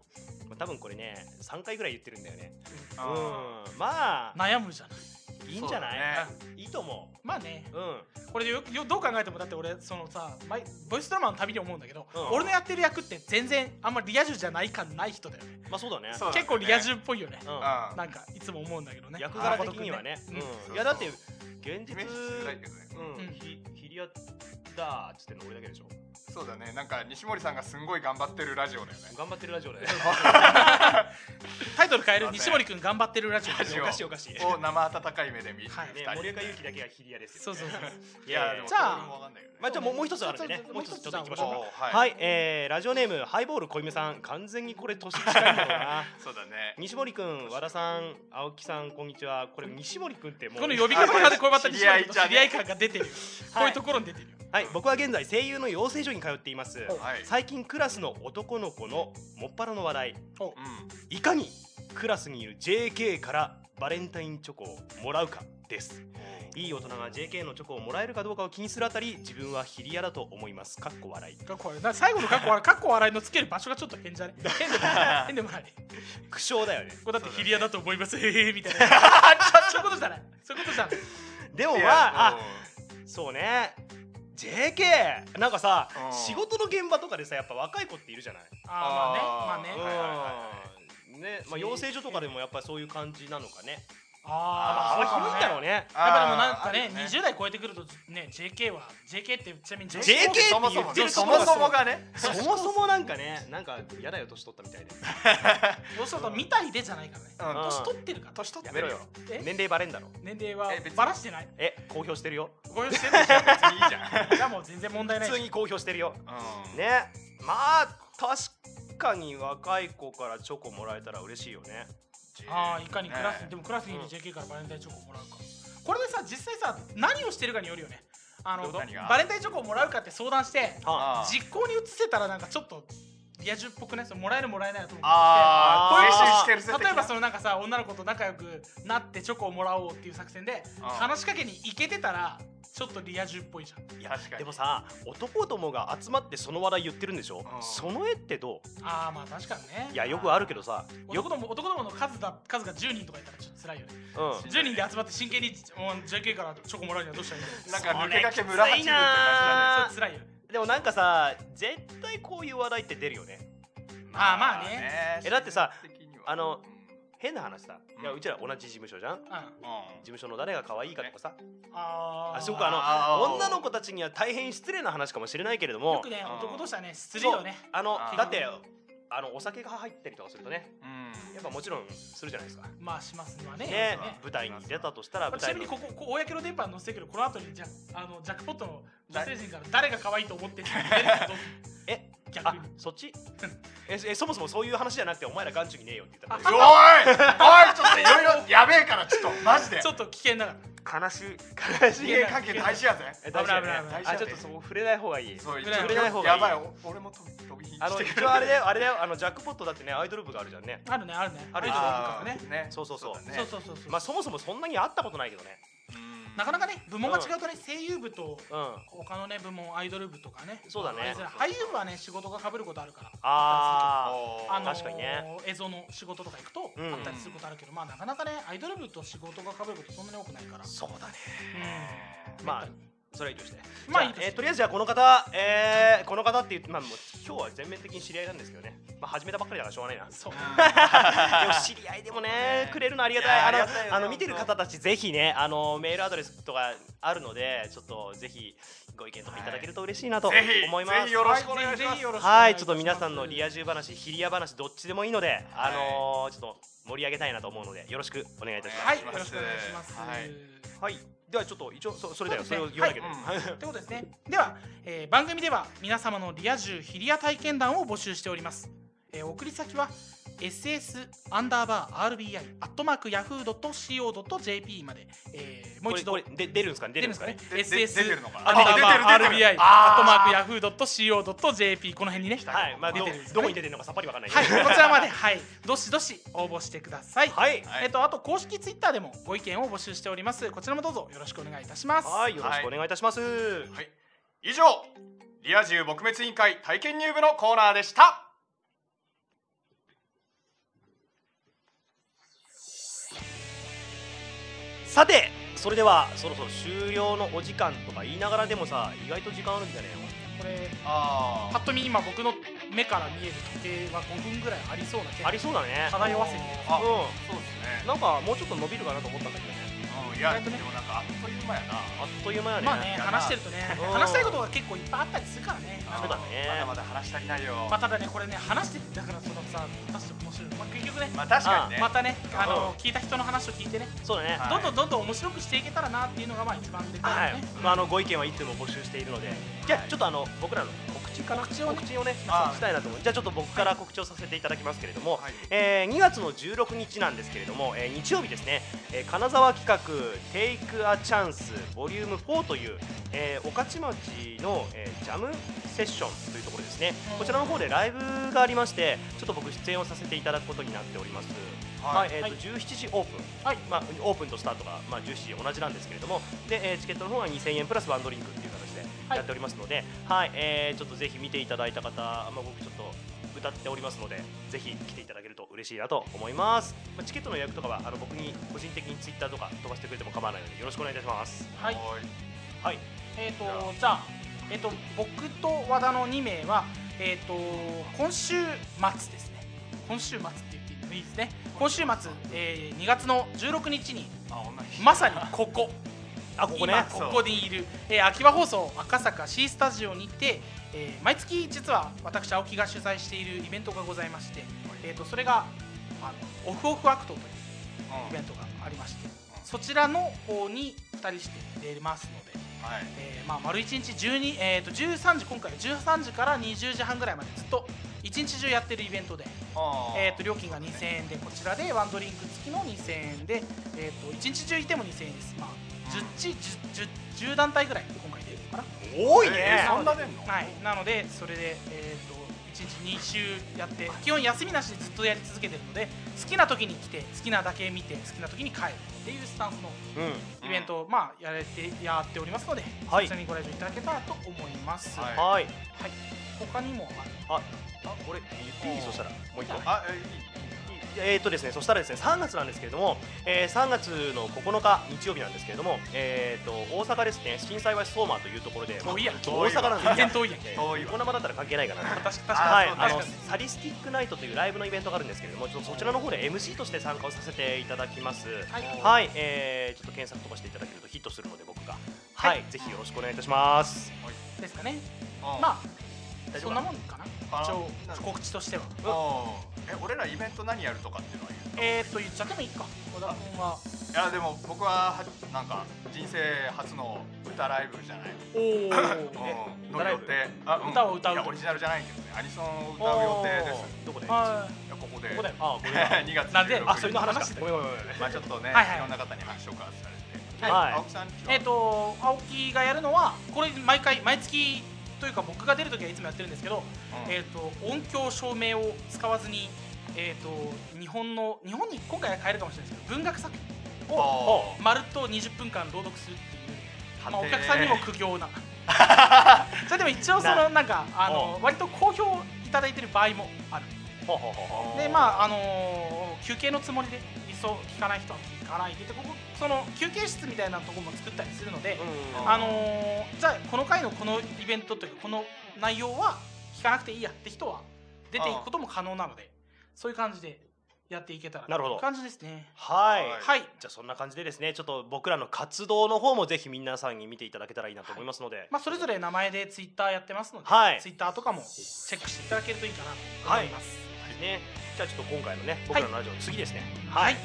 Speaker 1: あ多分これね3回ぐらい言ってるんだよねうん
Speaker 2: あ
Speaker 1: まあ
Speaker 3: 悩むじゃない
Speaker 1: いいんじゃない、
Speaker 2: そうだね
Speaker 1: いいと思
Speaker 3: まあね
Speaker 1: ううん
Speaker 3: これよよどう考えてもだって俺そのさ毎ボイスドラマのたびに思うんだけど、
Speaker 1: うん
Speaker 3: 俺のやってる役って全然あんまリア充じゃない感ない人だよね
Speaker 1: まあそうだね
Speaker 2: そうだね
Speaker 3: 結構リア充っぽいよね
Speaker 1: うん
Speaker 2: うん
Speaker 3: なんかいつも思うんだけどね
Speaker 1: 役柄的にはね
Speaker 3: うん
Speaker 1: うんいやだって現
Speaker 2: イ
Speaker 1: 実
Speaker 2: メージしづらいけどね、
Speaker 1: うん
Speaker 3: うん
Speaker 1: ひひりやだーっつってんの俺だけでしょ
Speaker 2: そうだねなんか西森さんがすんごい頑張ってるラジオだよね
Speaker 1: 頑張ってるラジ オだよ
Speaker 3: タイトル変え
Speaker 2: そう
Speaker 3: る
Speaker 2: だね
Speaker 3: 西森くん頑張ってるラジオ
Speaker 2: ラ
Speaker 1: お
Speaker 2: ジオ
Speaker 1: かしいおかしいね
Speaker 2: を生温かい目で見る
Speaker 3: はい
Speaker 2: 二人
Speaker 1: 森岡祐樹だけがヒリアですよ
Speaker 3: そうそうそ
Speaker 1: い
Speaker 3: う
Speaker 2: い
Speaker 1: や
Speaker 2: や
Speaker 1: で
Speaker 2: で
Speaker 1: も
Speaker 2: も
Speaker 3: じゃあ
Speaker 2: それもわかんないよね
Speaker 1: まあじゃあもうもう一つあるんでね
Speaker 3: そうそう
Speaker 1: もう一つちょっといきまし
Speaker 3: じゃあ
Speaker 1: ょ
Speaker 2: お
Speaker 1: う
Speaker 2: ー
Speaker 1: か
Speaker 2: はい、
Speaker 1: はいえーラジオネームハイボール小夢さん完全にこれ年近いんだろう な
Speaker 2: そうだね
Speaker 1: 西森くん和田さん青木さんこんにちはこれ西森くんってもう
Speaker 3: この呼び方でこうまた西森くんと知
Speaker 2: 知
Speaker 3: り
Speaker 2: り
Speaker 3: 合
Speaker 2: 合
Speaker 3: い
Speaker 2: い
Speaker 3: 感が出てるよこ
Speaker 1: はい
Speaker 3: ういうところに出てるよ
Speaker 1: はい僕は現在声優の養成所に通っています
Speaker 2: はい
Speaker 1: 最近クラスの男の子のもっぱらの話題
Speaker 2: うん
Speaker 1: いかにクラスにいる JK からバレンタインチョコをもらうかですいい大人が JK のチョコをもらえるかどうかを気にするあたり自分はヒリアだと思いますかっこ笑い
Speaker 3: かっこ悪いな最後のかっこ悪いかっこ笑いのつける場所がちょっと変じゃね変でもない変でもない
Speaker 1: 苦笑だよね
Speaker 3: これだってヒリアだと思いますへへみたいなそういうことじゃないそういうことじゃない
Speaker 1: でも
Speaker 2: い
Speaker 1: ま
Speaker 2: や
Speaker 1: ああ
Speaker 2: もう
Speaker 1: そうね JK なんかさ
Speaker 2: うん
Speaker 1: 仕事の現場とかでさやっぱ若い子っているじゃない
Speaker 3: あーまあねまあね
Speaker 2: はいはいは
Speaker 1: うんねまあ養成所とかでもやっぱりそういう感じなのかね
Speaker 3: あ
Speaker 1: 幅
Speaker 3: ーまあ
Speaker 1: 広いんだろうね
Speaker 3: やっぱでもなん
Speaker 2: あー
Speaker 3: か
Speaker 2: あ
Speaker 3: ね
Speaker 2: る
Speaker 3: 20代超えてくるとね JK は JK ってちなみに
Speaker 1: JK って
Speaker 2: そも
Speaker 1: 言
Speaker 2: そ
Speaker 1: っ
Speaker 2: も
Speaker 1: てる
Speaker 2: そ
Speaker 1: とこ
Speaker 2: も
Speaker 1: ろ
Speaker 2: そもがね
Speaker 1: そもそもなんかねなんか嫌だよ年取ったみたいで
Speaker 3: どうしたとみたいでじゃないからね
Speaker 2: うん
Speaker 3: 年取ってるから
Speaker 2: 年取
Speaker 1: や
Speaker 2: っ
Speaker 1: め
Speaker 2: て
Speaker 1: ろ
Speaker 2: る
Speaker 1: よ
Speaker 2: よ
Speaker 3: え
Speaker 1: 年齢バレんだろ
Speaker 3: 年齢は
Speaker 2: え別に
Speaker 3: バラしてない
Speaker 1: え公表してるよ
Speaker 3: ご用意してないじゃん
Speaker 2: 別にいいじゃん
Speaker 3: じゃあもう全然問題ない
Speaker 1: 普
Speaker 3: し
Speaker 1: 通に公表してるよ
Speaker 2: うん
Speaker 1: ねまあ確かに若い子からチョコもらえたら嬉しいよね
Speaker 3: ああいかにクラスに
Speaker 2: ね
Speaker 3: でもクラスにいる JK からバレンタインチョコもらうかこれでさ実際さ何をしてるかによるよねあの
Speaker 2: どう何が
Speaker 3: バレンタインチョコをもらうかって相談して
Speaker 1: は
Speaker 2: あー
Speaker 3: 実行に移せたらなんかちょっとリア充っぽくねそのもらえるもらえないだと思って
Speaker 2: あ
Speaker 1: こういう
Speaker 2: ー
Speaker 1: の
Speaker 2: 青春してるぜ
Speaker 3: 例えばそのなんかさ女の子と仲良くなってチョコをもらおうっていう作戦で
Speaker 2: ん
Speaker 3: 話しかけに行けてたらちょっとリア充っぽいじゃん
Speaker 1: いいや
Speaker 2: 確かに
Speaker 1: でもさ男どもが集まってその話題言ってるんでしょ
Speaker 2: うん
Speaker 1: その絵ってど
Speaker 3: ああまあ確かにね
Speaker 1: ういやよくあるけどさよく
Speaker 3: 男ども男どもの数だ数が10人とかいたらちょっと辛いよね
Speaker 1: うん
Speaker 3: 10人で集まって真剣にお JK からチョコもらうにはどうしたらいいの
Speaker 2: なんか抜け駆け村八分って感
Speaker 1: あー
Speaker 3: それ辛いよね
Speaker 1: でもなんかさ絶対こういう話題って出るよね
Speaker 2: じだね
Speaker 3: あーまあね
Speaker 1: えだってさ
Speaker 2: 心理的には
Speaker 1: あの
Speaker 2: う
Speaker 1: 変な話さいや
Speaker 2: うん
Speaker 1: うちら同じ事務所じゃん事
Speaker 3: う
Speaker 2: ん
Speaker 3: ん
Speaker 2: うん
Speaker 1: 務所の誰が可愛いかとかさ
Speaker 3: あー
Speaker 1: あそうかあ
Speaker 2: あ
Speaker 1: の
Speaker 2: ー
Speaker 1: 女の子たちには大変失礼な話かもしれないけれど
Speaker 3: よ
Speaker 1: も
Speaker 3: くね
Speaker 2: うん
Speaker 3: 男としてはね失礼よね
Speaker 1: あの
Speaker 2: あー
Speaker 1: だってあのお酒が入ったりとかするとね
Speaker 2: うん
Speaker 1: やっぱもちろんするじゃないですか
Speaker 3: まあしますのはね
Speaker 1: ね
Speaker 2: そうそう
Speaker 1: 舞台に出たとしたら
Speaker 3: まあ
Speaker 1: 舞
Speaker 3: ちな
Speaker 1: 台
Speaker 3: み
Speaker 1: の
Speaker 3: にこここう公の電波に載せてくるこの後にじゃあのジャックポットの女性陣から誰が可愛いと思ってるか出るかどうする
Speaker 1: え
Speaker 3: 逆
Speaker 1: あ
Speaker 3: に
Speaker 1: そっち ええそもそもそういう話じゃなくてお前ら眼中にねえよって言った
Speaker 2: おい
Speaker 1: か
Speaker 2: おいちょっといろいろやべえからちょっとマジで
Speaker 3: ちょっと危険だから
Speaker 1: ら悲しい悲し
Speaker 2: 人
Speaker 1: い
Speaker 2: 間関係大事やぜ
Speaker 1: え大事だよ
Speaker 3: 危ない
Speaker 1: ね
Speaker 2: 危ない
Speaker 1: あちょっとそこ触れない方がいい
Speaker 2: そう一
Speaker 3: 触れ
Speaker 1: ない方
Speaker 2: 応
Speaker 1: がい
Speaker 2: や
Speaker 1: い
Speaker 2: ばいお俺も飛び飛び火
Speaker 1: あ
Speaker 2: し
Speaker 1: の
Speaker 2: て
Speaker 1: 一
Speaker 2: くる
Speaker 1: 応あれだよあれだよあのジャックポットだってねアイドル部があるじゃんね
Speaker 3: あるねあるね
Speaker 1: あるよ
Speaker 3: ア
Speaker 2: あ
Speaker 3: イドル
Speaker 2: ー
Speaker 3: とかね
Speaker 2: ね
Speaker 1: そうそうそう
Speaker 2: だね
Speaker 3: そうそうそうそう
Speaker 1: まあそもそもそんなに会ったことないけどね
Speaker 2: うん
Speaker 3: なかなかね部門が違うとね声優部と
Speaker 1: うん
Speaker 3: 他のね部門アイドル部とかね
Speaker 1: そうだね
Speaker 3: あいつら俳優部はね仕事が被ることあるから
Speaker 1: あ
Speaker 2: おー
Speaker 3: あのー
Speaker 1: 確かにね
Speaker 3: 映像の仕事とか行くと
Speaker 1: うん
Speaker 3: あったりすることあるけど、まあなかなかねアイドル部と仕事が被ることそんなに多くないから
Speaker 1: あそうだね
Speaker 3: うん
Speaker 1: まあそれはいいとして
Speaker 3: まあ
Speaker 1: じゃ
Speaker 3: いいです
Speaker 1: えーとりあえずじゃあこの方えーこの方って言ってまあもう今日は全面的に知り合いなんですけどねまあ始めたばっかりだからしょうがないな
Speaker 3: そう
Speaker 1: でも知り合いでもね
Speaker 2: ね
Speaker 1: くれるのありが
Speaker 2: いや
Speaker 1: たい
Speaker 2: あり
Speaker 1: あ
Speaker 2: がたい
Speaker 1: の
Speaker 2: よね
Speaker 1: あの見てる方たちぜひねあのメールアドレスとかあるのでちょっとぜひご意見とかいただけると嬉しいなと
Speaker 2: ぜひ
Speaker 1: 思います、
Speaker 2: ぜひよろしくお願いします
Speaker 3: す
Speaker 1: はいちょっと皆さんのリ
Speaker 3: ア
Speaker 1: ア充話ヒリア話どっちでもいいのであのーちょっと盛り上げたいなと思うのでよろしくお願いいたします
Speaker 3: はい
Speaker 2: お願
Speaker 3: よ
Speaker 2: いします
Speaker 3: ろしくお願いします、
Speaker 2: はい
Speaker 1: はいではちょっと一応そそれだよそ,、
Speaker 3: そう
Speaker 1: れ
Speaker 3: で
Speaker 1: を
Speaker 3: すね
Speaker 1: 言わなきゃいけない、
Speaker 2: は
Speaker 3: ということですねでは、えー番組では皆様のリア充ヒリア体験談を募集しております、えー送り先は ss アンダーバー RBI アットマーク yahoo.co.jp まで、えーもう一度
Speaker 1: これこれで出るんですかね出
Speaker 3: 出
Speaker 1: る
Speaker 3: る
Speaker 1: ん
Speaker 3: ん
Speaker 1: で
Speaker 3: ですす
Speaker 1: かね
Speaker 2: でで
Speaker 3: かね
Speaker 2: 出
Speaker 3: SS
Speaker 2: てるのかな
Speaker 3: アンダーバ
Speaker 2: あ出て
Speaker 3: ー
Speaker 2: る出て
Speaker 3: RBI
Speaker 2: る
Speaker 3: アットマ
Speaker 2: あー
Speaker 3: ーク yahoo.co.jp この辺にね
Speaker 1: はいまあど
Speaker 3: 出てるんですかね
Speaker 1: どこに出てるのかさっぱりわかんないんで
Speaker 3: はい、こちらまで、はい、どしどし応募してください。
Speaker 1: はい
Speaker 2: はい
Speaker 3: えっと、あと公式ツイッターでもご意見を募集しております。こちらもどうぞよろしくお願いいたします。
Speaker 1: はいよろしくお願いいたします
Speaker 2: はい、以上リア充撲滅委員会体験入部のコーナーでした
Speaker 1: さてそれではそろそろ終了のお時間とか言いながらでもさ意外と時間あるんじゃね
Speaker 3: これ、
Speaker 2: あ
Speaker 3: ぱっと見今僕の目から見える時計は5分ぐらいありそうな気
Speaker 1: あ
Speaker 3: が
Speaker 1: りそうだね
Speaker 3: 漂わせてる。
Speaker 2: あ
Speaker 1: う
Speaker 2: そうです
Speaker 1: ん
Speaker 2: ね
Speaker 1: なんかもうちょっと伸びるかなと思ったんだけどね
Speaker 2: うんいや
Speaker 3: 意
Speaker 2: で
Speaker 3: 外とね
Speaker 2: もなんかあっという間やな
Speaker 1: あっという間やね
Speaker 3: まあね、話してるとね、
Speaker 1: うん
Speaker 3: 話したいことが結構いっぱいあったりするからね。
Speaker 1: そうだね
Speaker 2: まだまだ話したりないよ
Speaker 3: まあ、ただね、これね、話しててだからそのさ、話して面白い。まあ、結局ね、
Speaker 2: まあ確かにね
Speaker 3: またね、あ
Speaker 1: うん
Speaker 3: の、聞いた人の話を聞いてね、
Speaker 1: そうだね
Speaker 2: はい
Speaker 3: どんどんどんどん面白くしていけたらなっていうのがまあ一番でか
Speaker 1: はいい
Speaker 3: よね。
Speaker 1: まああのご意見はいつも募集しているのでじゃあちょっとあの僕らの告知かな
Speaker 3: 告知をね
Speaker 1: ね
Speaker 2: あー
Speaker 1: したいなと思うじゃあちょっと僕から告知をさせていただきますけれども
Speaker 2: はい
Speaker 1: えー2月の16日なんですけれども、えー日曜日ですね、えー金沢企画「Take a Chance Vol.4」という、えー御徒町の、えージャムセッションというところですねこちらの方でライブがありましてちょっと僕出演をさせていただくことになっております、
Speaker 2: は
Speaker 1: はいいえーと17時オープン、まあ、オープンとスタートが、まあ、17時同じなんですけれどもで、えーチケットの方は2000円プラスワンドリンクっていう形で
Speaker 3: はい
Speaker 1: やっておりますので、はいえーちょっとぜひ見ていただいた方、まあ、僕ちょっと歌っておりますのでぜひ来ていただけると嬉しいなと思います、まあ、チケットの予約とかはあの僕に個人的にツイッターとか飛ばしてくれても構わないのでよろしくお願いいたします
Speaker 3: はい。
Speaker 2: はい
Speaker 1: はい
Speaker 3: えっ、とじゃあえっ、と僕と和田の2名はえっ、と今週末ですね。今週末って言っていいのいいですね。今週末、えー、2月の16日に
Speaker 2: あ女日
Speaker 3: まさにここ
Speaker 1: あここね
Speaker 3: 今ここにいる、えー、秋葉放送赤坂 C スタジオにて、えー毎月実は私青木が主催しているイベントがございまして、えー、とそれがあのオフオフアクトという
Speaker 2: うん
Speaker 3: イベントがありましてそちらの方に2人して出ますので、
Speaker 2: はい
Speaker 3: えーまあ、丸1日12、えー、と13時今回は13時から20時半ぐらいまでずっと一日中やってるイベントで、
Speaker 2: あ
Speaker 3: えー、と料金が2000円でこちらでワンドリンク付きの2000円で、えー、と一日中いても2000円です、まあ、10, チ 10, 10, 10団体ぐらい今回出るのかな
Speaker 1: 多い
Speaker 2: え
Speaker 1: ね
Speaker 2: ーそんな出んの
Speaker 3: はい、なのでそれで、えー、と1日2週やって基本休みなしでずっとやり続けてるので好きな時に来て好きなだけ見て好きな時に帰るっていうスタンスの
Speaker 1: うん
Speaker 3: イベントを、まあ、やれてやっておりますので、
Speaker 1: はい
Speaker 3: そちらにご来場いただけたらと思います、
Speaker 2: はい
Speaker 1: はい
Speaker 3: はい他にもある
Speaker 1: ああ俺言っていいそしたらもう一個
Speaker 2: あえ
Speaker 1: えーとですね、そしたらですね3月なんですけれども、えー3月の9日日曜日なんですけれども、えー、と大阪ですね震災橋相馬というところで、まあ
Speaker 3: 遠いやん
Speaker 1: 大阪なん
Speaker 3: 全
Speaker 1: で
Speaker 3: 然
Speaker 1: すよ
Speaker 3: 遠いやん
Speaker 1: えー
Speaker 2: 遠いわ
Speaker 1: こんな場だったら関係ないかな
Speaker 3: 確か確か
Speaker 1: はい、
Speaker 2: そう
Speaker 1: あの
Speaker 3: 確かに
Speaker 1: サディスティックナイトというライブのイベントがあるんですけれどもちょっとそちらの方で MC として参加をさせていただきます
Speaker 3: はい
Speaker 1: はい、えー、ちょっと検索飛ばしていただけるとヒットするので僕がはい、ぜひよろしくお願いいたします
Speaker 3: ですかね
Speaker 2: ーうん
Speaker 3: まあ
Speaker 1: 大丈
Speaker 3: そ
Speaker 1: 夫か
Speaker 3: んな
Speaker 1: な
Speaker 3: もんかな
Speaker 2: あ
Speaker 3: 一応
Speaker 2: なんか
Speaker 3: 告知としては
Speaker 2: うんえ俺らイベント何やるとかっていうのは言う
Speaker 3: えー、っと言っちゃってもいいか小田君はい
Speaker 2: やでも僕ははなんか人生初の歌ライブじゃない
Speaker 1: 歌ラ
Speaker 2: うんの
Speaker 3: おお
Speaker 1: イ
Speaker 2: 予
Speaker 1: ブ
Speaker 2: 定あん
Speaker 3: 歌を歌う
Speaker 2: いやオリジナルじゃないけどねアニソンを歌う予定です
Speaker 1: おーどこでこ
Speaker 3: はい
Speaker 2: やここで
Speaker 1: こであごめんなさい
Speaker 2: 2月16日
Speaker 3: なんで
Speaker 1: あそれの
Speaker 3: 話
Speaker 1: 話
Speaker 3: し
Speaker 1: だ
Speaker 3: てた
Speaker 1: ごめんごめんごめん
Speaker 2: まあちょっとね、
Speaker 3: はい
Speaker 2: い
Speaker 3: はい
Speaker 2: ろんな方に話を交換されて、
Speaker 1: はい
Speaker 2: 青木さんちは
Speaker 3: えっ、と青木がやるのはこれ毎回毎月というか僕が出るときはいつもやってるんですけど、
Speaker 2: うん
Speaker 3: えっと音響照明を使わずに、えっと日本の日本に今回は変えるかもしれないですけど文学作品
Speaker 2: お
Speaker 1: お
Speaker 3: まるっと20分間朗読するっていう、まあ、お
Speaker 2: 家庭
Speaker 3: 客さんにも苦 行なそれでも一応そのなんかあの割と好評いただいてる場合もある
Speaker 1: ほうほうほうほう
Speaker 3: でまああのー休憩のつもりで理想聞かない人は聞かないででここその休憩室みたいなところも作ったりするので、
Speaker 1: うん
Speaker 3: あのーじゃあこの回のこのイベントというかこの内容は聞かなくていいやって人は出ていくことも可能なのでそういう感じでやっていけたら
Speaker 1: なるほど
Speaker 3: 感じですね
Speaker 1: はい、
Speaker 2: はい
Speaker 3: はい
Speaker 1: じゃあそんな感じでですねちょっと僕らの活動の方もぜひ皆さんに見ていただけたらいいなと思いますので、
Speaker 3: まあそれぞれ名前でツイッターやってますので、
Speaker 1: はい
Speaker 3: ツイッターとかもチェックしていただけるといいかなと思います、
Speaker 1: ねじゃあちょっと今回のね僕らのラジオの次ですねはい、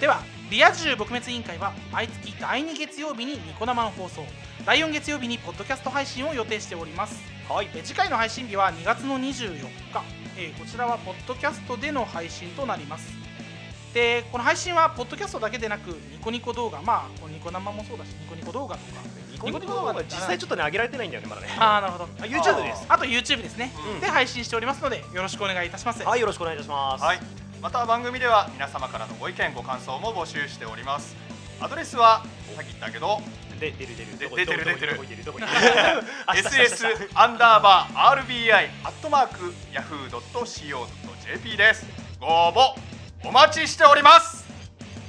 Speaker 3: ではリア充撲滅委員会は毎月第2月曜日にニコ生の放送第4月曜日にポッドキャスト配信を予定しております
Speaker 1: はい
Speaker 3: えー次回の配信日は2月の24日、えーこちらはポッドキャストでの配信となりますでこの配信はポッドキャストだけでなくニコニコ動画まあこのニコ生もそうだしニコニコ動画とか
Speaker 1: ニコニコ動画は実際ちょっとね上げられてないんだよねまだね
Speaker 3: ああなるほど
Speaker 1: あ YouTube です
Speaker 3: あと YouTube ですね、
Speaker 1: うん
Speaker 3: で配信しておりますのでよろしくお願いいたします
Speaker 1: はいよろしくお願いいたします
Speaker 2: はい、また番組では皆様からのご意見ご感想も募集しておりますアドレスはさっき言ったけど
Speaker 1: で出る出る
Speaker 2: で
Speaker 1: どこ行っ
Speaker 2: 出てる出てる
Speaker 1: どこ行ってるどこ行ってるあしたしたした
Speaker 2: SS アンダーバー RBI アットマーク Yahoo.co.jp ですご応募お待ちしております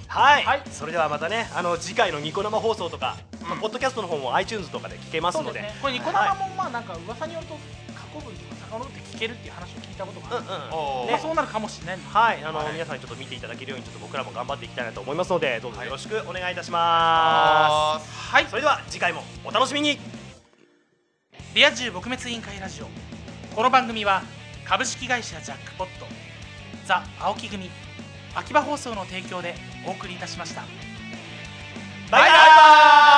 Speaker 1: はい、
Speaker 3: はい
Speaker 1: それではまたねあの次回のニコ生放送とか、まあポッドキャストの方も iTunes とかで聞けます
Speaker 3: そう
Speaker 1: の
Speaker 3: で
Speaker 1: です
Speaker 3: ねこれニコ生もまあなんか噂によると過去分とか遡って聞けるっていう話を聞いたことがある、
Speaker 2: お
Speaker 3: まあ、
Speaker 2: ー
Speaker 3: そうなるかもしれないんで
Speaker 1: はいあの、
Speaker 2: はい
Speaker 1: 皆さんにちょっと見ていただけるようにちょっと僕らも頑張っていきたいなと思いますのでどうぞ
Speaker 2: はい
Speaker 1: よろしくお願いいたしま
Speaker 3: はい
Speaker 1: す、それでは次回もお楽しみに
Speaker 3: リア充撲滅委員会ラジオこの番組は株式会社ジャックポットザ・青木組秋葉放送の提供でお送りいたしました
Speaker 1: バイバイ
Speaker 2: バイバイ